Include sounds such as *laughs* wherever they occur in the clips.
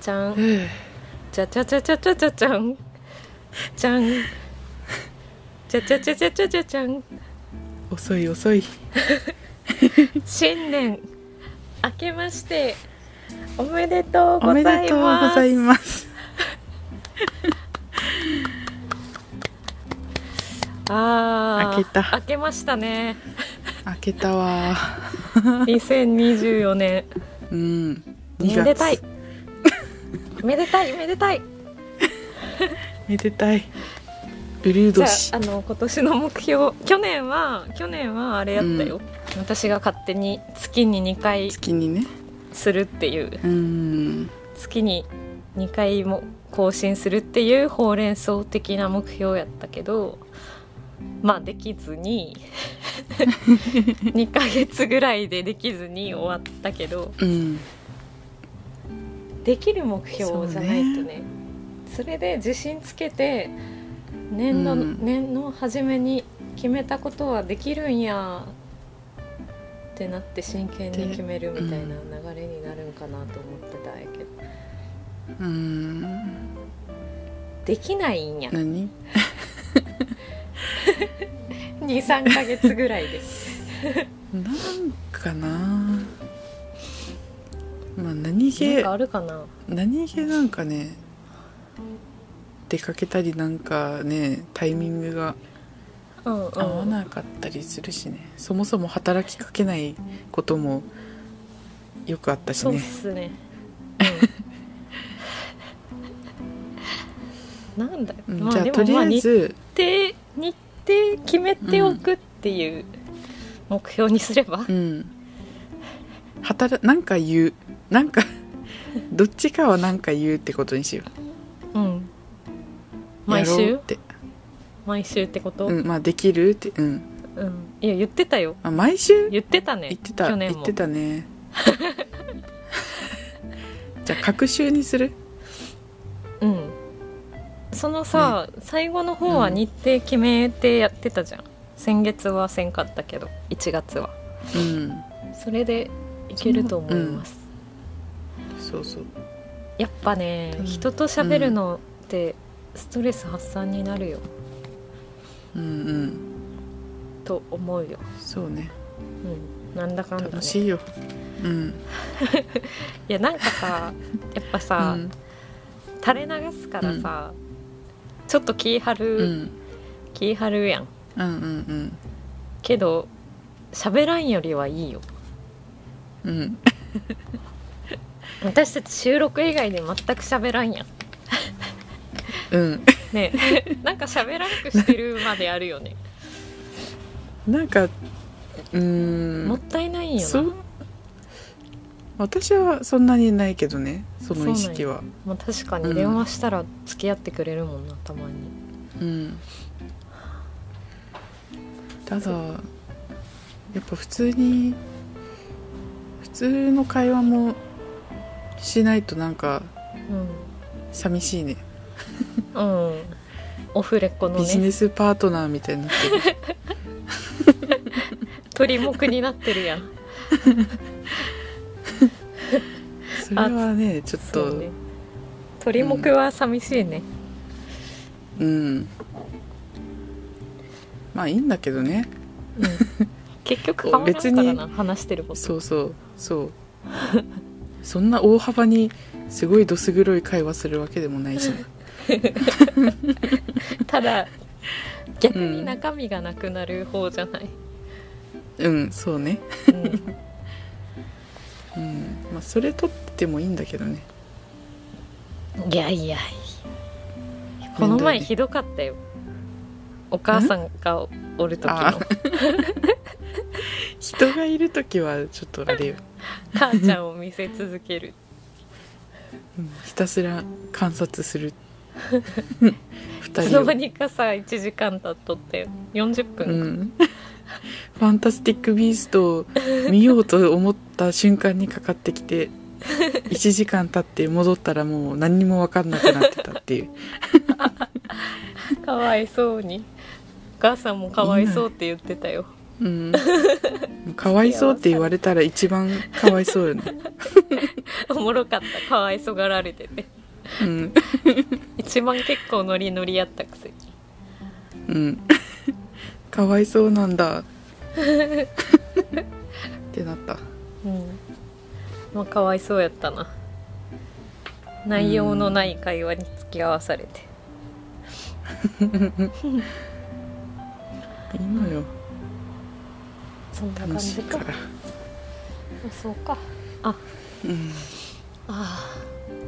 じゃんじゃじゃじゃじゃじゃじゃじゃんじゃんじゃじゃじゃじゃじゃじゃじゃん遅い遅い新年明けましておめでとうおごめざでいとうごまざいすますあー明けた明けましたね開けたわ2024年うん2め月でたいめでたいめでたいめでたいブルーじゃドああの今年の目標去年は去年はあれやったよ、私が勝手に月に2回月にねするっていううん月に2回も更新するっていうほうれん草的な目標やったけどまあできず *laughs* に2ヶ月ぐらいでできずに終わったけどうんできる目標じゃないとねそれで自信つけて年度、うん年の初めに決めたことはできるんやってなって真剣に決めるみたいな流れになるんかなと思ってたんやけど、うんできないんや何23ヶ月ぐらいでなんかなまあ何なん気かあるかな何気なんかね出かけたりなんかねタイミングがうんうん合わなかったりするしね、そもそも働きかけないこともよくあったしそうっねすね、うんなんだよ、うんまじあゃあでともりまああえ日ず程日程決めておくっていう目標にすれば、うん働なんか言うなんか *laughs* どっちかはなんか言うってことにしよううん、毎やろう週って、毎週ってこと、ううんん、まあできるってうん、いや言ってたよまあ、毎週言ってたね言ってた去年言もってた *laughs* ねじゃあ隔週にするうんそのさ、最後の方は日程決めてやってたじゃん、先月はせんかったけど1月はうんそれでいけると思います、そうそうやっぱね、うん人と喋るのってストレス発散になるようんうんと思うよ、そうねうん、なんだかんだ、ね、楽しいようんいやなんか *laughs* さやっぱうさ、ん垂れ流すからさ、ちょっと気張る、うん気張るやんうんうんけど喋らんよりはいいようんうん私たち収録以外で全く喋らんやんうん *laughs* ねえなんか喋らんくしてるまであるよねなんかうーんもったいないよそなう私はそんなにないけどねその意識はもう確かうにん電話したら付き合ってくれるもんなたまにうんただやっぱ普通に普通の会話もしないとなんか寂しいねうん、うん、オフレコのビジねネスパートナーみた *laughs* いになってる鳥目になってるやんそれはねちょっとそうね鳥目は寂しいね、うんまあいいんだけどねうん、結局変わらんからな話してることそうそうそう *laughs* そんな大幅にすごいどす黒い会話するわけでもない *laughs* しね *laughs* ただ逆に中身がなくなる方じゃない、うんそうねうんうんまあそれ取ってもいいんだけどねいやいやこの前ひどかったよお母さんがおる時あの人がいる時はちょっとあれよ、母ちゃんを見せ続けるうんひたすら観察 *laughs* する二いつの人を間にかさ1時間経っとって40う分、ん「ファンタスティック・ビースト」を見ようと思った瞬間にかかってき *laughs* て1時間経って戻ったらもう何にも分かんなくなってたっていうかわいそうにお母さんもかわいそうって言ってたようん、かわいそうって言われたら一番かわいそう *laughs* よね、おもろかったかわいそがられててうん一番結構ノリノリやったくせにうん、かわいそうなんだってなったうんまあかわいそうやったな内容のない会話に付き合わされていいのよそんな感楽しじいかからそうかうんあ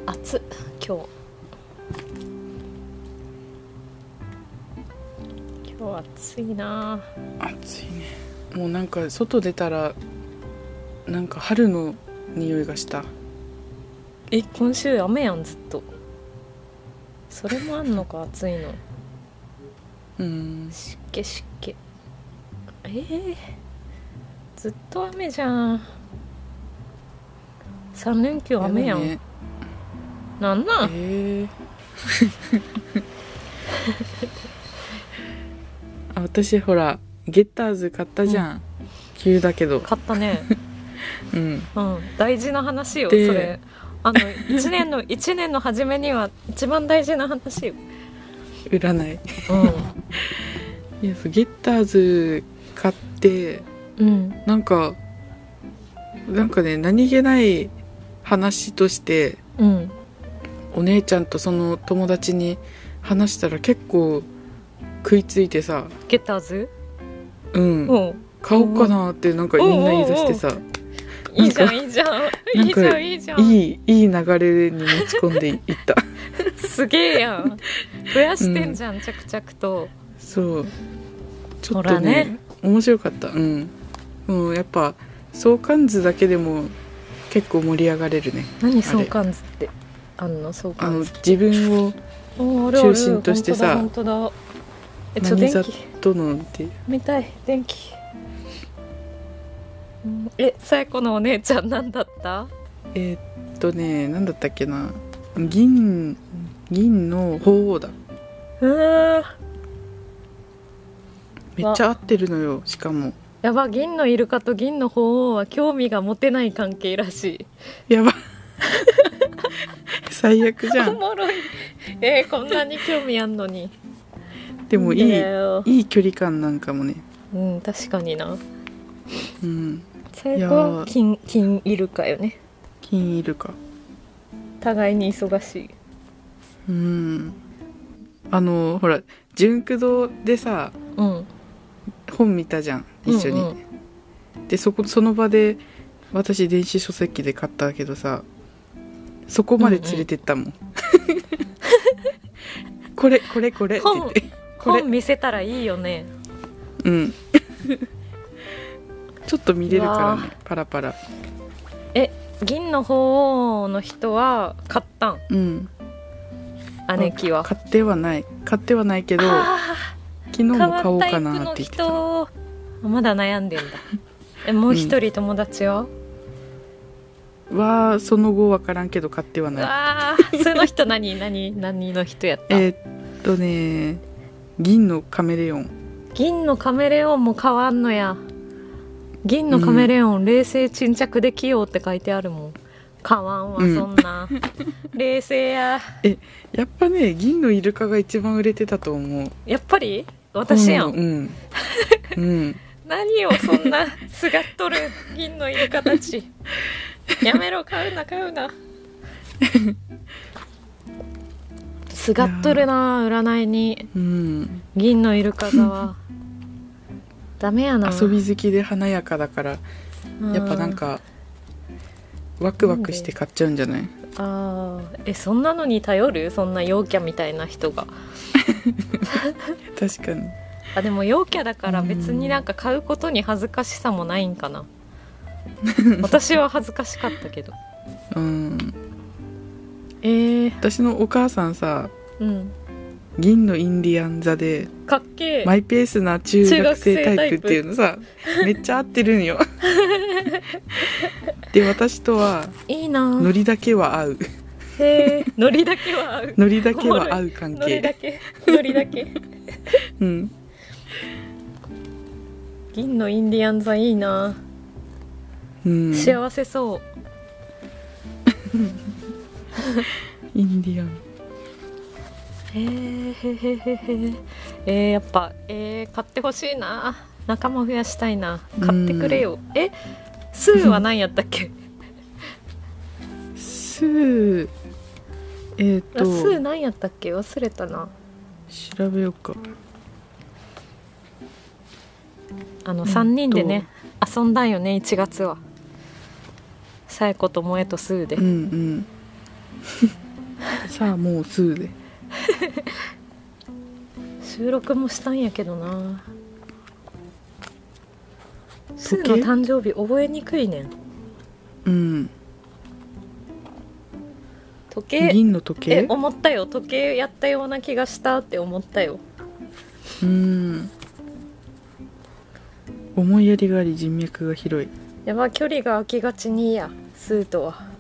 あ暑っ今日今日暑いな暑いねもうなんか外出たらなんか春の匂いがしたえ今週雨やんずっとそれもあんのか暑いのうん湿気湿気えー、ずっと雨じゃん3連休雨やん、でもねなんなんえーあ私ほらゲッターズ買ったじゃん、急だけど買った *laughs* ねうんうん大事な話よそでれあの1年 *laughs* の一年の初めには一番大事な話よ占いういやそうゲッターズ買ってんうんなんかなんかね何気ない話としてうんお姉ちゃんとその友達に話したら結構食いついてさゲッターズうんうん買おうかなってなんかみんな言い出してさいいじゃんいいじゃんいないんじゃかんいいじゃんいいいい流れに持ち込んでいった *laughs* すげえやん増やしてんじゃん、着々とそうちょほっとらねね面白かったうんもうやっぱ相関図だけでも結構盛り上がれるね何相関図ってあんの相あの関図自分をおーあるある中心としてさ本当だ本当だえちょ何電座気とのって見たい電気うんえさやこのお姉ちゃんなんだったえーっとね何だったっけな銀銀の鳳凰だうーめっちゃ合ってるのよしかもやば銀のイルカと銀の鳳凰は興味が持てない関係らしいや *laughs* ば最悪じゃお *laughs* んもろいえーこんなに興味あんのにでもいんだいよいい距離感なんかもねうん確かになうん最いや高ー金金イルカよね金いるか互いに忙しいうんあのほら純駆動でさうん本見たじゃん一緒に、うんでそこその場で私電子書籍で買ったけどさそこまで連れてったもん、これこれこれって言ってこれ本見せたらいいよねうんちょっと見れるからうわねパラパラえ銀の鳳凰の人は買ったんうん姉貴は買ってはない買ってはないけどあ昨日ーも変買おわうったかイプなっのて言ってた人まだ悩んでん *laughs* だえもう一人友達は、はその後わからんけど買ってはうないわーその人何 *laughs* 何何の人やった、えーっとね銀のカメレオン銀のカメレオンも変わんのや銀のカメレオン、冷静沈着で器用って書いてあるもん変わんわそうんん *laughs* な、冷静ややっぱね銀のイルカが一番売れてたと思うやっぱり私やん、うん *laughs* うん、うん、何をそんなすがっとる銀のイルカたち *laughs* やめろ買うな買うなすがっとるな占いにうん、銀のイルカ座はダメやな遊び好きで華やかだからうんやっぱなんかワクワクして買っちゃうんじゃないあーえそんなのに頼るそんな陽キャみたいな人が確かにあでも陽キャだから別になんか買うことに恥ずかしさもないんか *laughs* な私は恥ずかしかったけどうんえー、私のお母さんさうん銀のインディアン座でかっけえマイペースな中学生タイプっていうのさめっちゃ合ってる *laughs* んよで私とはいいなノリだけは合うへえノリだけは合うノリだけは合う関ノリだ係けノリだけうん銀のインディアン座いいなうん幸せそうインディアンえー、へへへへえー、やっぱえー、買ってほしいな仲間増やしたいな買ってくれよ、えスーは何やったっけスーえっ、あスーー、と何やったっけ忘れたな調べようかあのうん3人でね遊んだんよね1月はさえこと萌えとスーで、うんうん *laughs* さあもうスーで収録もしたんやけどなス時ーの計誕生日覚えにくいねんうん時計銀の時え計思ったよ時計やったような気がしたって思ったようん思いやりがあり人脈が広いやば距離が空きがちにいいやスーとは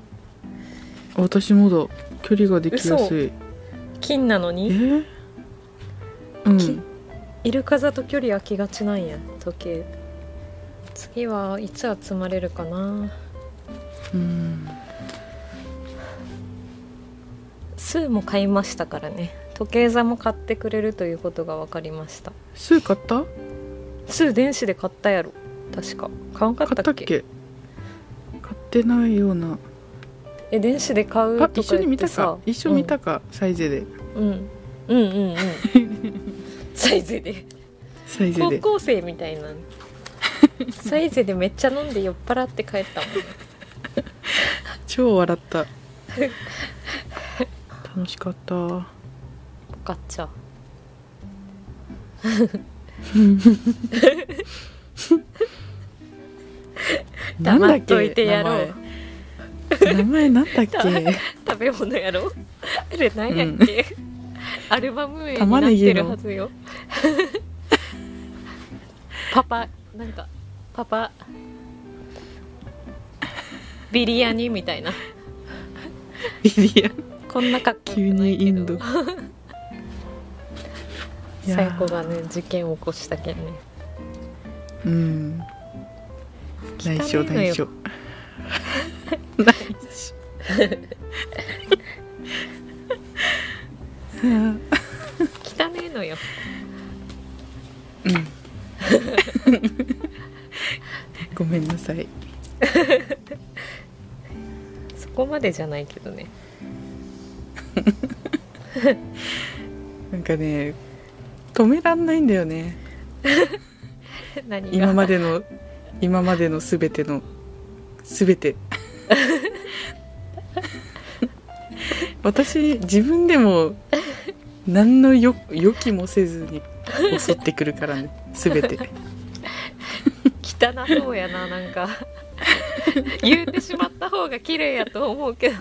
私もだ距離ができやすい金なのえにーうんきイルカ座と距離空きがちなんや時計次はいつ集まれるかなうんスーも買いましたからね時計座も買ってくれるということが分かりましたスー買ったスー電子で買ったやろ確か買わんかった買っっけたっけ買ってないようなえ電子で買うあと一か緒に言っ見たてさか一緒見たか、サイゼでうん、うん、うんうんうんサイゼでサイゼ高で校生みたいなサイゼでめっちゃ飲んで酔っ払って帰ったもん超笑った *laughs* 楽しかったうガッチャんなんだ黙っっけといてやろう名前名前なんだっけ食べ物やろあれ何やっけ、アルバム名になってるはずよパパなんかパパビリヤニみたいなビリヤこんなかっこ急よくなにいイけンド *laughs* どいやサーイコがね事件を起こしたけんねうん内緒汚いのよ内緒内緒うん汚ねえのよごめんなさいそこまでじゃないけどね *laughs* なんかね止めらんないんだよね何が今までの今までの全ての全て私自分でも何のよ予期もせずに襲ってくるからね全て汚そうやななんか *laughs* 言うてしまった方が綺麗やと思うけど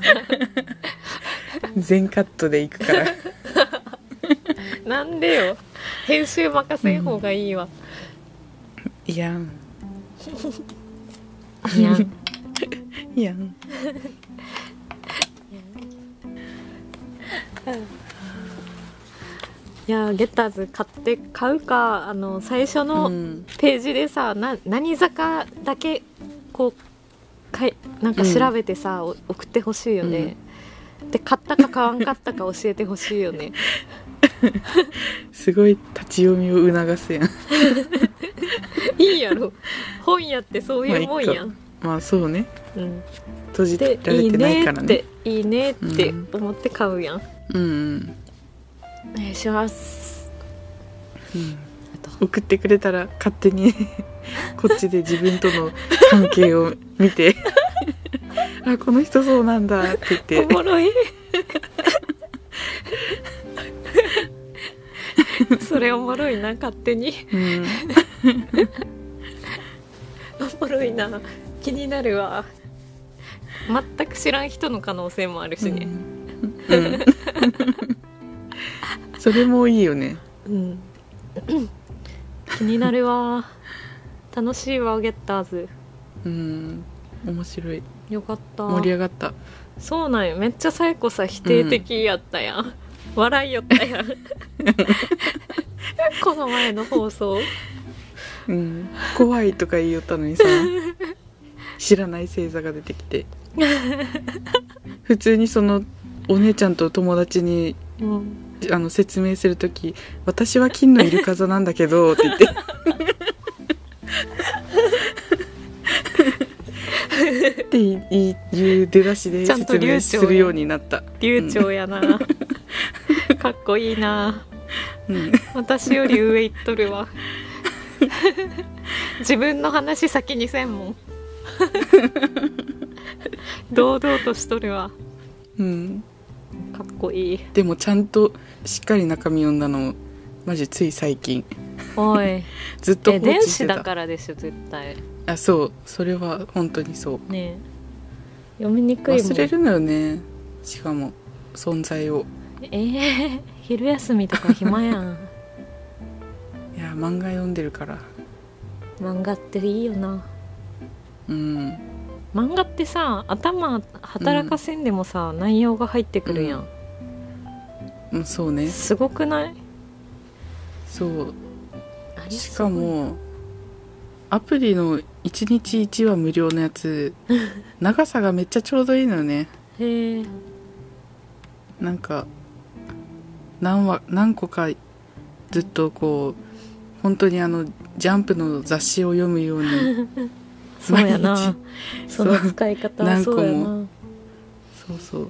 *laughs* 全カットでいくからななんでよ編集任せん方がいいわ、いやんい *laughs* やんいやんいやゲッターズ買って買うかあの最初うのんページでさ、な何坂だけこうかいなんかうん調べてさ、お送ってほしいよね、で買ったか買わんかったか教えてほしいよ *laughs* ねすごい立ち読みを促すやんいいやろ本屋ってそういうもんやん、まあそうねうん、閉じられでいいてないねかっらてねいいねって思って買うやん、うんうん、お願いしますうんあと送ってくれたら勝手 *laughs* にこっちで自分との関係を見 *laughs* てあこの人そうなんだって言っおてもろい *laughs* それおもろいな勝手にうんおもろいな気になるわ全く知らん人の可能性もあるしねうんうん *laughs* それもいいよねうん、 *coughs* 気になるわ楽しいわゲッターズうん面白いよかった盛り上がったそうなんよめっちゃサイコさ否定的やったやん、笑いよった *laughs* やんこの前の放送 *laughs* うん怖いとか言いよったのにさ知らない星座が出てきて普通にそのお姉ちゃんと友達にうん、あの説明する時「私は金のイルカ座なんだけど」って言って *laughs* っていいいう出だしでちゃんと説明流暢するようになった、流暢やな、かっこいいなうん、私より上行っと *laughs* るわ自分の話先にせんもん堂々としとるわうん、かっこいいでもちゃんとしっかり中身読んだのマジつい最近おいずっとえ放置電し子てだたからですよ絶対あそうそれは本当にそうねえ読みにくいもん忘れるのよねしかも存在をえー、昼休みとか暇や *laughs* んいや漫画読んでるから漫画っていいよなうん漫画ってさ頭働かせんでもさ、内容が入ってくるやん、うんそうねすごくないそうあれしかもアプリの1日1話無料のや *laughs* つ長さがめっちゃちょうどいいのよねすごいへえなんか何話何個かずっとこう本当にあのジャンプの雑誌を読むよ *laughs* うにそうや毎な日その使い方はそそううや何個なそうそう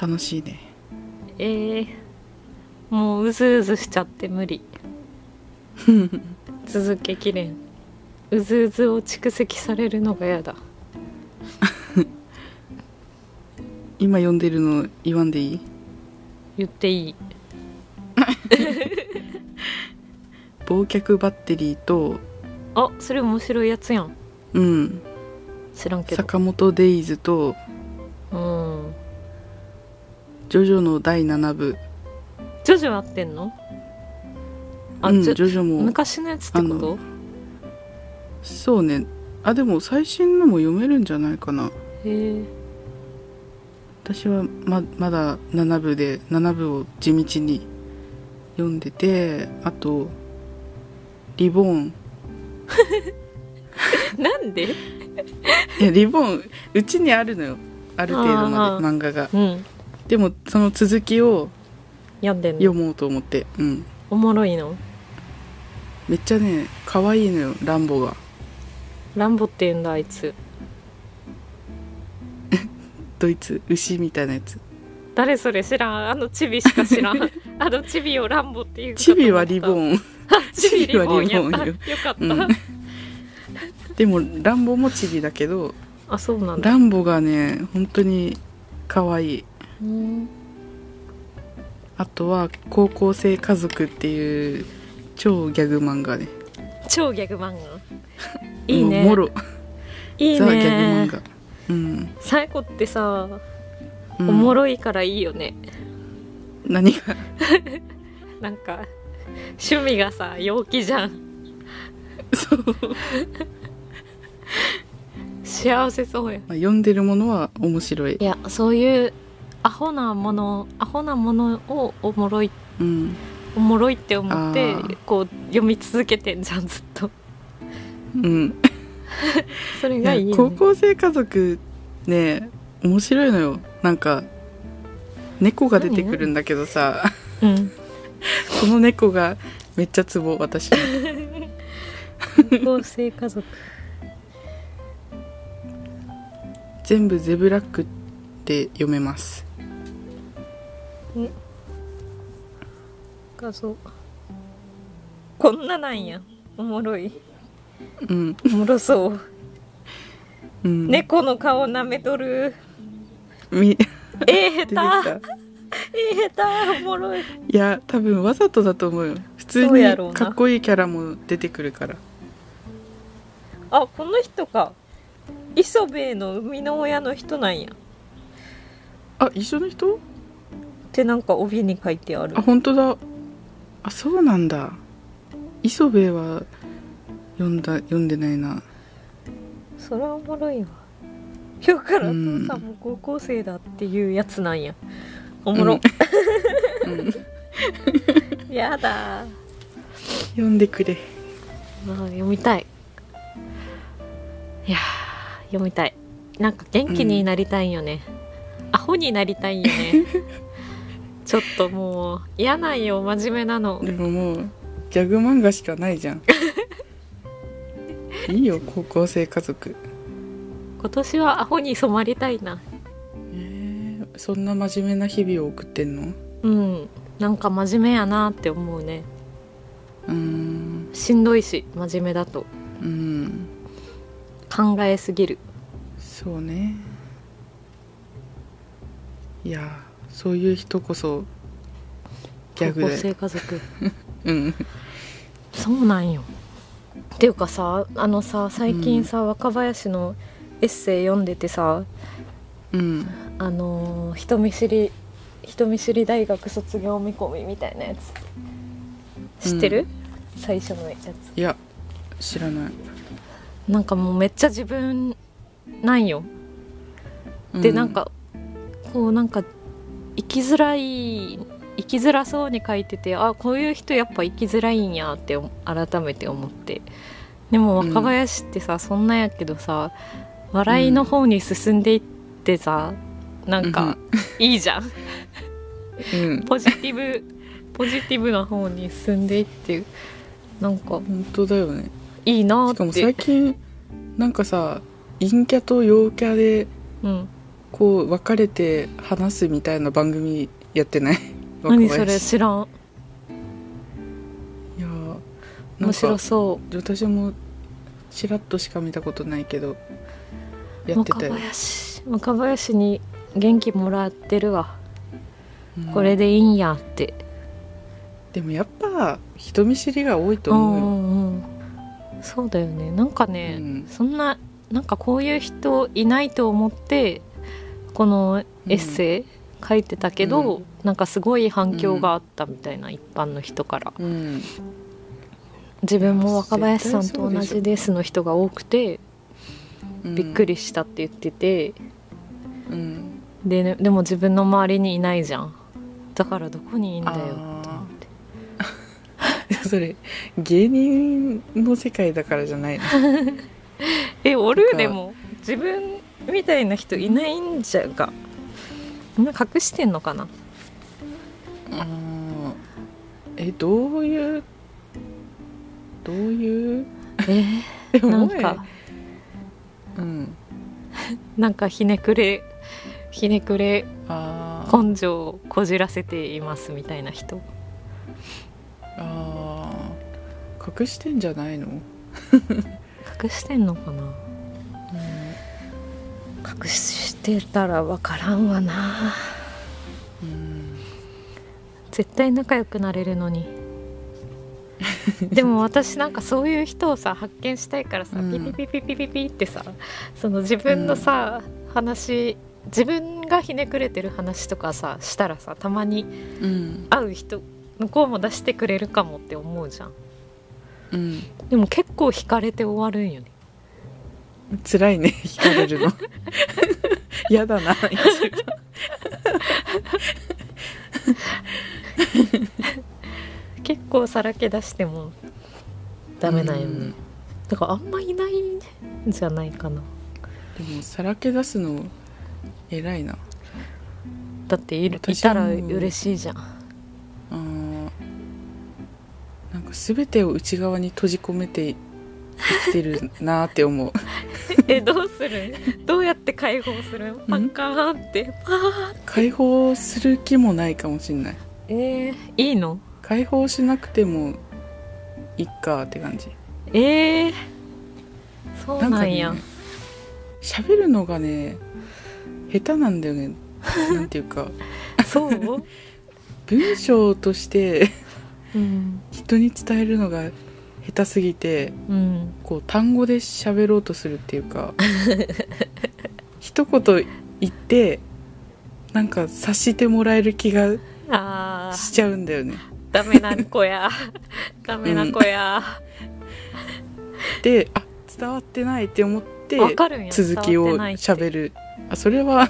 楽しいねえー、もううずうずしちゃって無 *laughs* 理続けきれんうずうずを蓄積されるのがやだ今読んでるの言わんでいい言っていい忘却バッテリーとあそれ面白いやつやんうん知らんけど坂本デイズとうんジョジョの第7部ジョジョやってんのあ、うん、ジジョョジョも昔のやつってことそうねあでも最新のも読めるんじゃないかなへえ *laughs* 私はままだ7部で7部を地道に読んでてあと「リボーンなんで」いやリボーンうちにあるのよある程度まあーで漫画がうんでもその続きを読んでん読のもうと思ってうんおもろいのめっちゃね可愛いのよランボがランボって言うんだあいつドイツ牛みたいなやつ誰それ知らんあのチビしか知ら *laughs* んあのチビをランボっていうかとチ思ったビはリボーン *laughs* あチビリボンやったチビはリボンよよかった、うんでもランボもチビだけどあそうなんだランボがね本当に可愛いうんあとは「高校生家族」っていう超ギャグ漫画ね超ギャグ漫画いいねもうもろいいザ・ギャねグ漫画うん、サイコってさ、うんおもろいからいいよね何が *laughs* なんか趣味がさ陽気じゃんそう、幸せそうやまあ、読んでるものは面白いいやそういうアホなものアホなものをおもろいうんおもろいって思ってあーこう読み続けてんじゃんずっとうんそれいがやいいよ高ね校生家族ね面白いのよなんか猫が出てくるんだけどさ *laughs* うんこの猫がめっちゃツボ私の高校生家族全部ゼブラックって読めます画像こんななんやおもろいうん、おもろそううん、猫の顔舐めとるみ出てえー、き下た手えー、下手おもろいいや多分わざとだと思うよ普通そうやにろうなかっこいいキャラも出てくるからあこの人か磯部の生みの親の人なんやっあ一緒の人てなんか帯に書いてあるあ本当だあそうなんだ磯部は読んだ読んでないなそれはおもろいわ今日からおうん父さんも高校生だっていうやつなんやおもろ、うん *laughs* やだー読んでくれまあ読みたいいやー読みたいなんか元気になりたいんよね、アホになりたいんよね *laughs* ちょっともう嫌なんよ真面目なのでももうギャグ漫画しかない *laughs* じゃんいいよ高校生家族今年はアホに染まりたいなえーそんな真面目な日々を送ってんのうんなんか真面目やなって思うねうーんしんどいし真面目だとうん考えすぎるそうねいやそういう人こそギャグ高だ校よ生家族うんそうなんよっていうかさあのさ最近さ、若林のエッセイ読んでてさうんあのー人見知り人見知り大学卒業見込みみたいなやつ知ってる、最初のやついや知らない、なんかもうめっちゃ自分なんようでなんかこうなんか生きづらい生きづらそうに書いててあこういう人やっぱ生きづらいんやって思改めて思ってでもうん若林ってさ、そんなんやけどさ笑いの方に進んでいってさ、なんかいいじゃんうんポジティブポジティブな方に進んでいってなんか本当だよねいいなしかーもって最近なんかさ陰キャと陽キャでうん、こう分かれて話すみたいな番組やってない *laughs* 何若それ林知らんいやな面ん白かそ私もちらっとしか見たことないけどうやってた若よ、林若林に元気もらってるわうんこれでいいんやって、でもやっぱ人見知りが多いとう思うよ、んうんうんそうだよねなんかね、うんそんななんかこういう人いないと思ってこのエッセイ書いてたけど、うなんかすごい反響があったみたいな、一般の人からうん自分も若林さんと同じですの人が多くてうんびっく、りしたって言ってて、うん、でねでも自分の周りにいないじゃんだからどこにいいんだよって思あってー *laughs* それ芸人の世界だからじゃないのえおるなんかでも自分みたいな人いないんじゃがみんな隠してんのかなあーえどういうどういうえでー、も *laughs* なんかうんなんかひねくれひねくれあー根性をこじらせていますみたいな人あー隠してんじゃないの、隠してんのかな隠してたらわからんわなうんうん絶対仲良くなれるのにでも私なんかそういう人をさ発見したいからさ、うんピピピピピピピってさその自分のさ、話自分がひねくれてる話とかさしたらさたまにうん会う人向こうも出してくれるかもって思うじゃんうんでも結構惹かれて終わるんよね辛いね惹かれる *laughs* の嫌だな一番結構さらけ出してもダメなんよね、だからあんまいないんじゃないかなうんでもさらけ出すの偉いなだっているい私たはらもう嬉しいじゃんあーなんか全てを内側に閉じ込めて生きてるなーっ *laughs* て思うえどうするどうやって解放するパカーンってパーン解放する気もないかもしんないえー、いいの解放しなくてもいっかって感じえー、そうなんやね喋、るのがね下手なんだ *laughs* よねなんていうか *laughs* そう、文章としてうん人に伝えるのが下手すぎてうん、こう単語で喋ろうとするっていう *laughs* か一言言ってなんか察してもらえる気があしーちゃうんだよねダメな子やダメな子やであ伝わってないって思ってわかるんや続き伝をわってないって喋るあそれは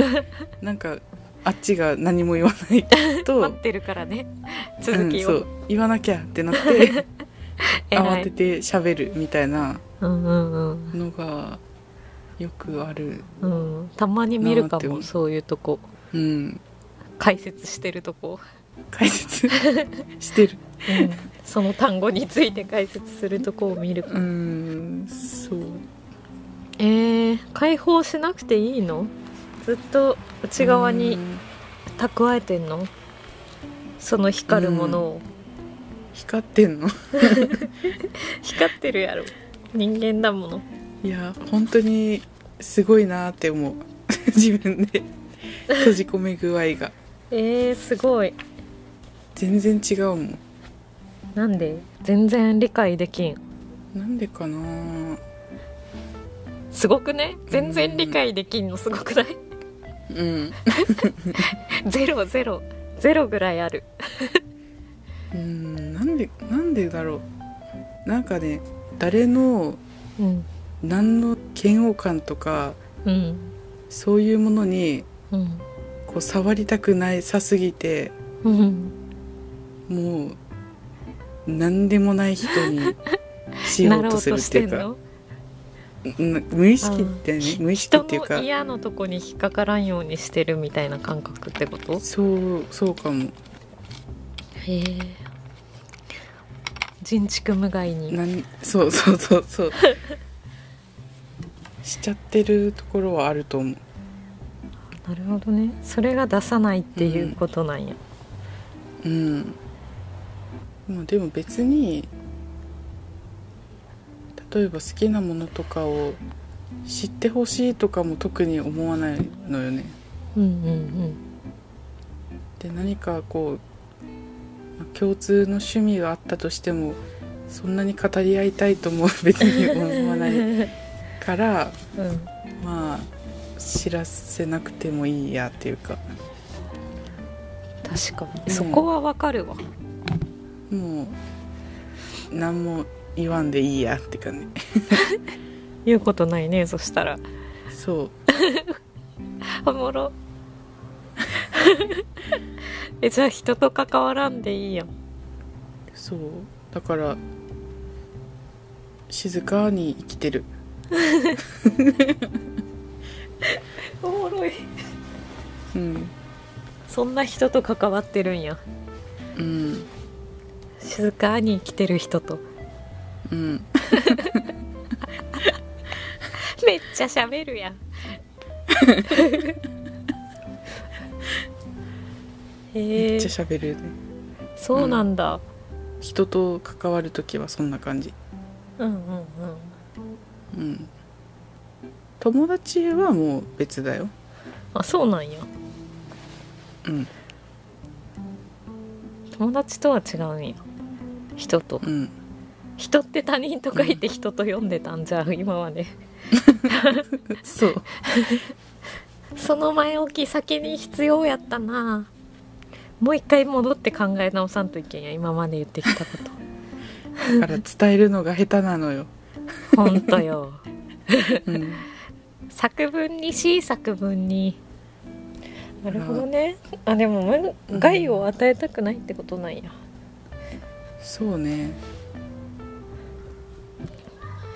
*laughs* なんかあっちが何も言わない *laughs* と待ってるからね続きうを、んそう言わなきゃってなって *laughs* 偉慌いてて喋るみたいなうんうんのがよくあるうん、うん、たまに見るかもそういうとこうん解説してるとこ、解説してるうん、 *laughs* その単語について解説するとこを見るかもうんそうえー、解放しなくていいのずっと内側うにん蓄えてんのその光るものを、光ってんの *laughs* 光ってるやろ人間だものいや本当にすごいなって思う *laughs* 自 *laughs* 分で閉じ込め具合がえー、すごい全然違うもんなんで全然理解できんなんでかなすごくね全然理解できんのすごくないうんゼロゼロゼロぐらいあるうんなんでなんでだろうなんかね誰のうん何の嫌悪感とかうんそういうものにうんこう触りたくないさすぎてうんもう何でもない人にし *laughs* よなうろとうするとっしてていうんかのな無意識ってねあー無意識っていう人かの嫌のとこに引っかからんようにしてるみたいな感覚ってことそうそうかもへえ人畜無害になんそうそうそう *laughs* そうしちゃってるところはあると思うなるほどねそれが出さないっていうことなんや、うん、まあでも別に例えば好きなものとかを知ってほしいとかも特に思わないのよね。うん、うんで何かこうまあ共通の趣味があったとしてもそんなに語り合いたいとも別に思わうんないからうんまあ知らせなくてもいいやっていうか確かに、うんそこはわかるわもう何も言わんでいいやって感じ。言うことないねそしたらそうおもろ *laughs* えじゃあ人と関わらんでいいやんそうだから静かに生きてるおもろいうんそんな人と関わってるんやうん静かに生きてる人とうん *laughs* めっちゃ喋るやんへめえっちゃ喋る、ねそうなんだ、人と関わる時はそんな感じうん、うんうんうん友達はもう別だよあそうなんやうん友達とは違うんや人とうん人って他人と書いて人と読んでたんじゃあ今はねそうその前置き先に必要やったなもう一回戻って考え直さんといけんや今まで言ってきたこだから伝えるのが下手なのよ、とほんとようん、作文にし作文になるほどねあでもむ害を与えたくないってことなんやそうね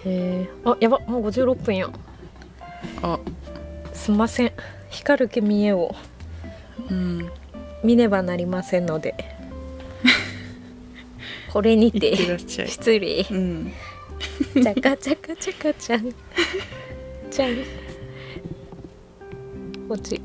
へえあやばもう56分やあすんません光る君へをうん見ねばなりません *laughs* のでこれにいってらてっしゃい失礼チうんャカチャカチャカちゃんちゃん落ち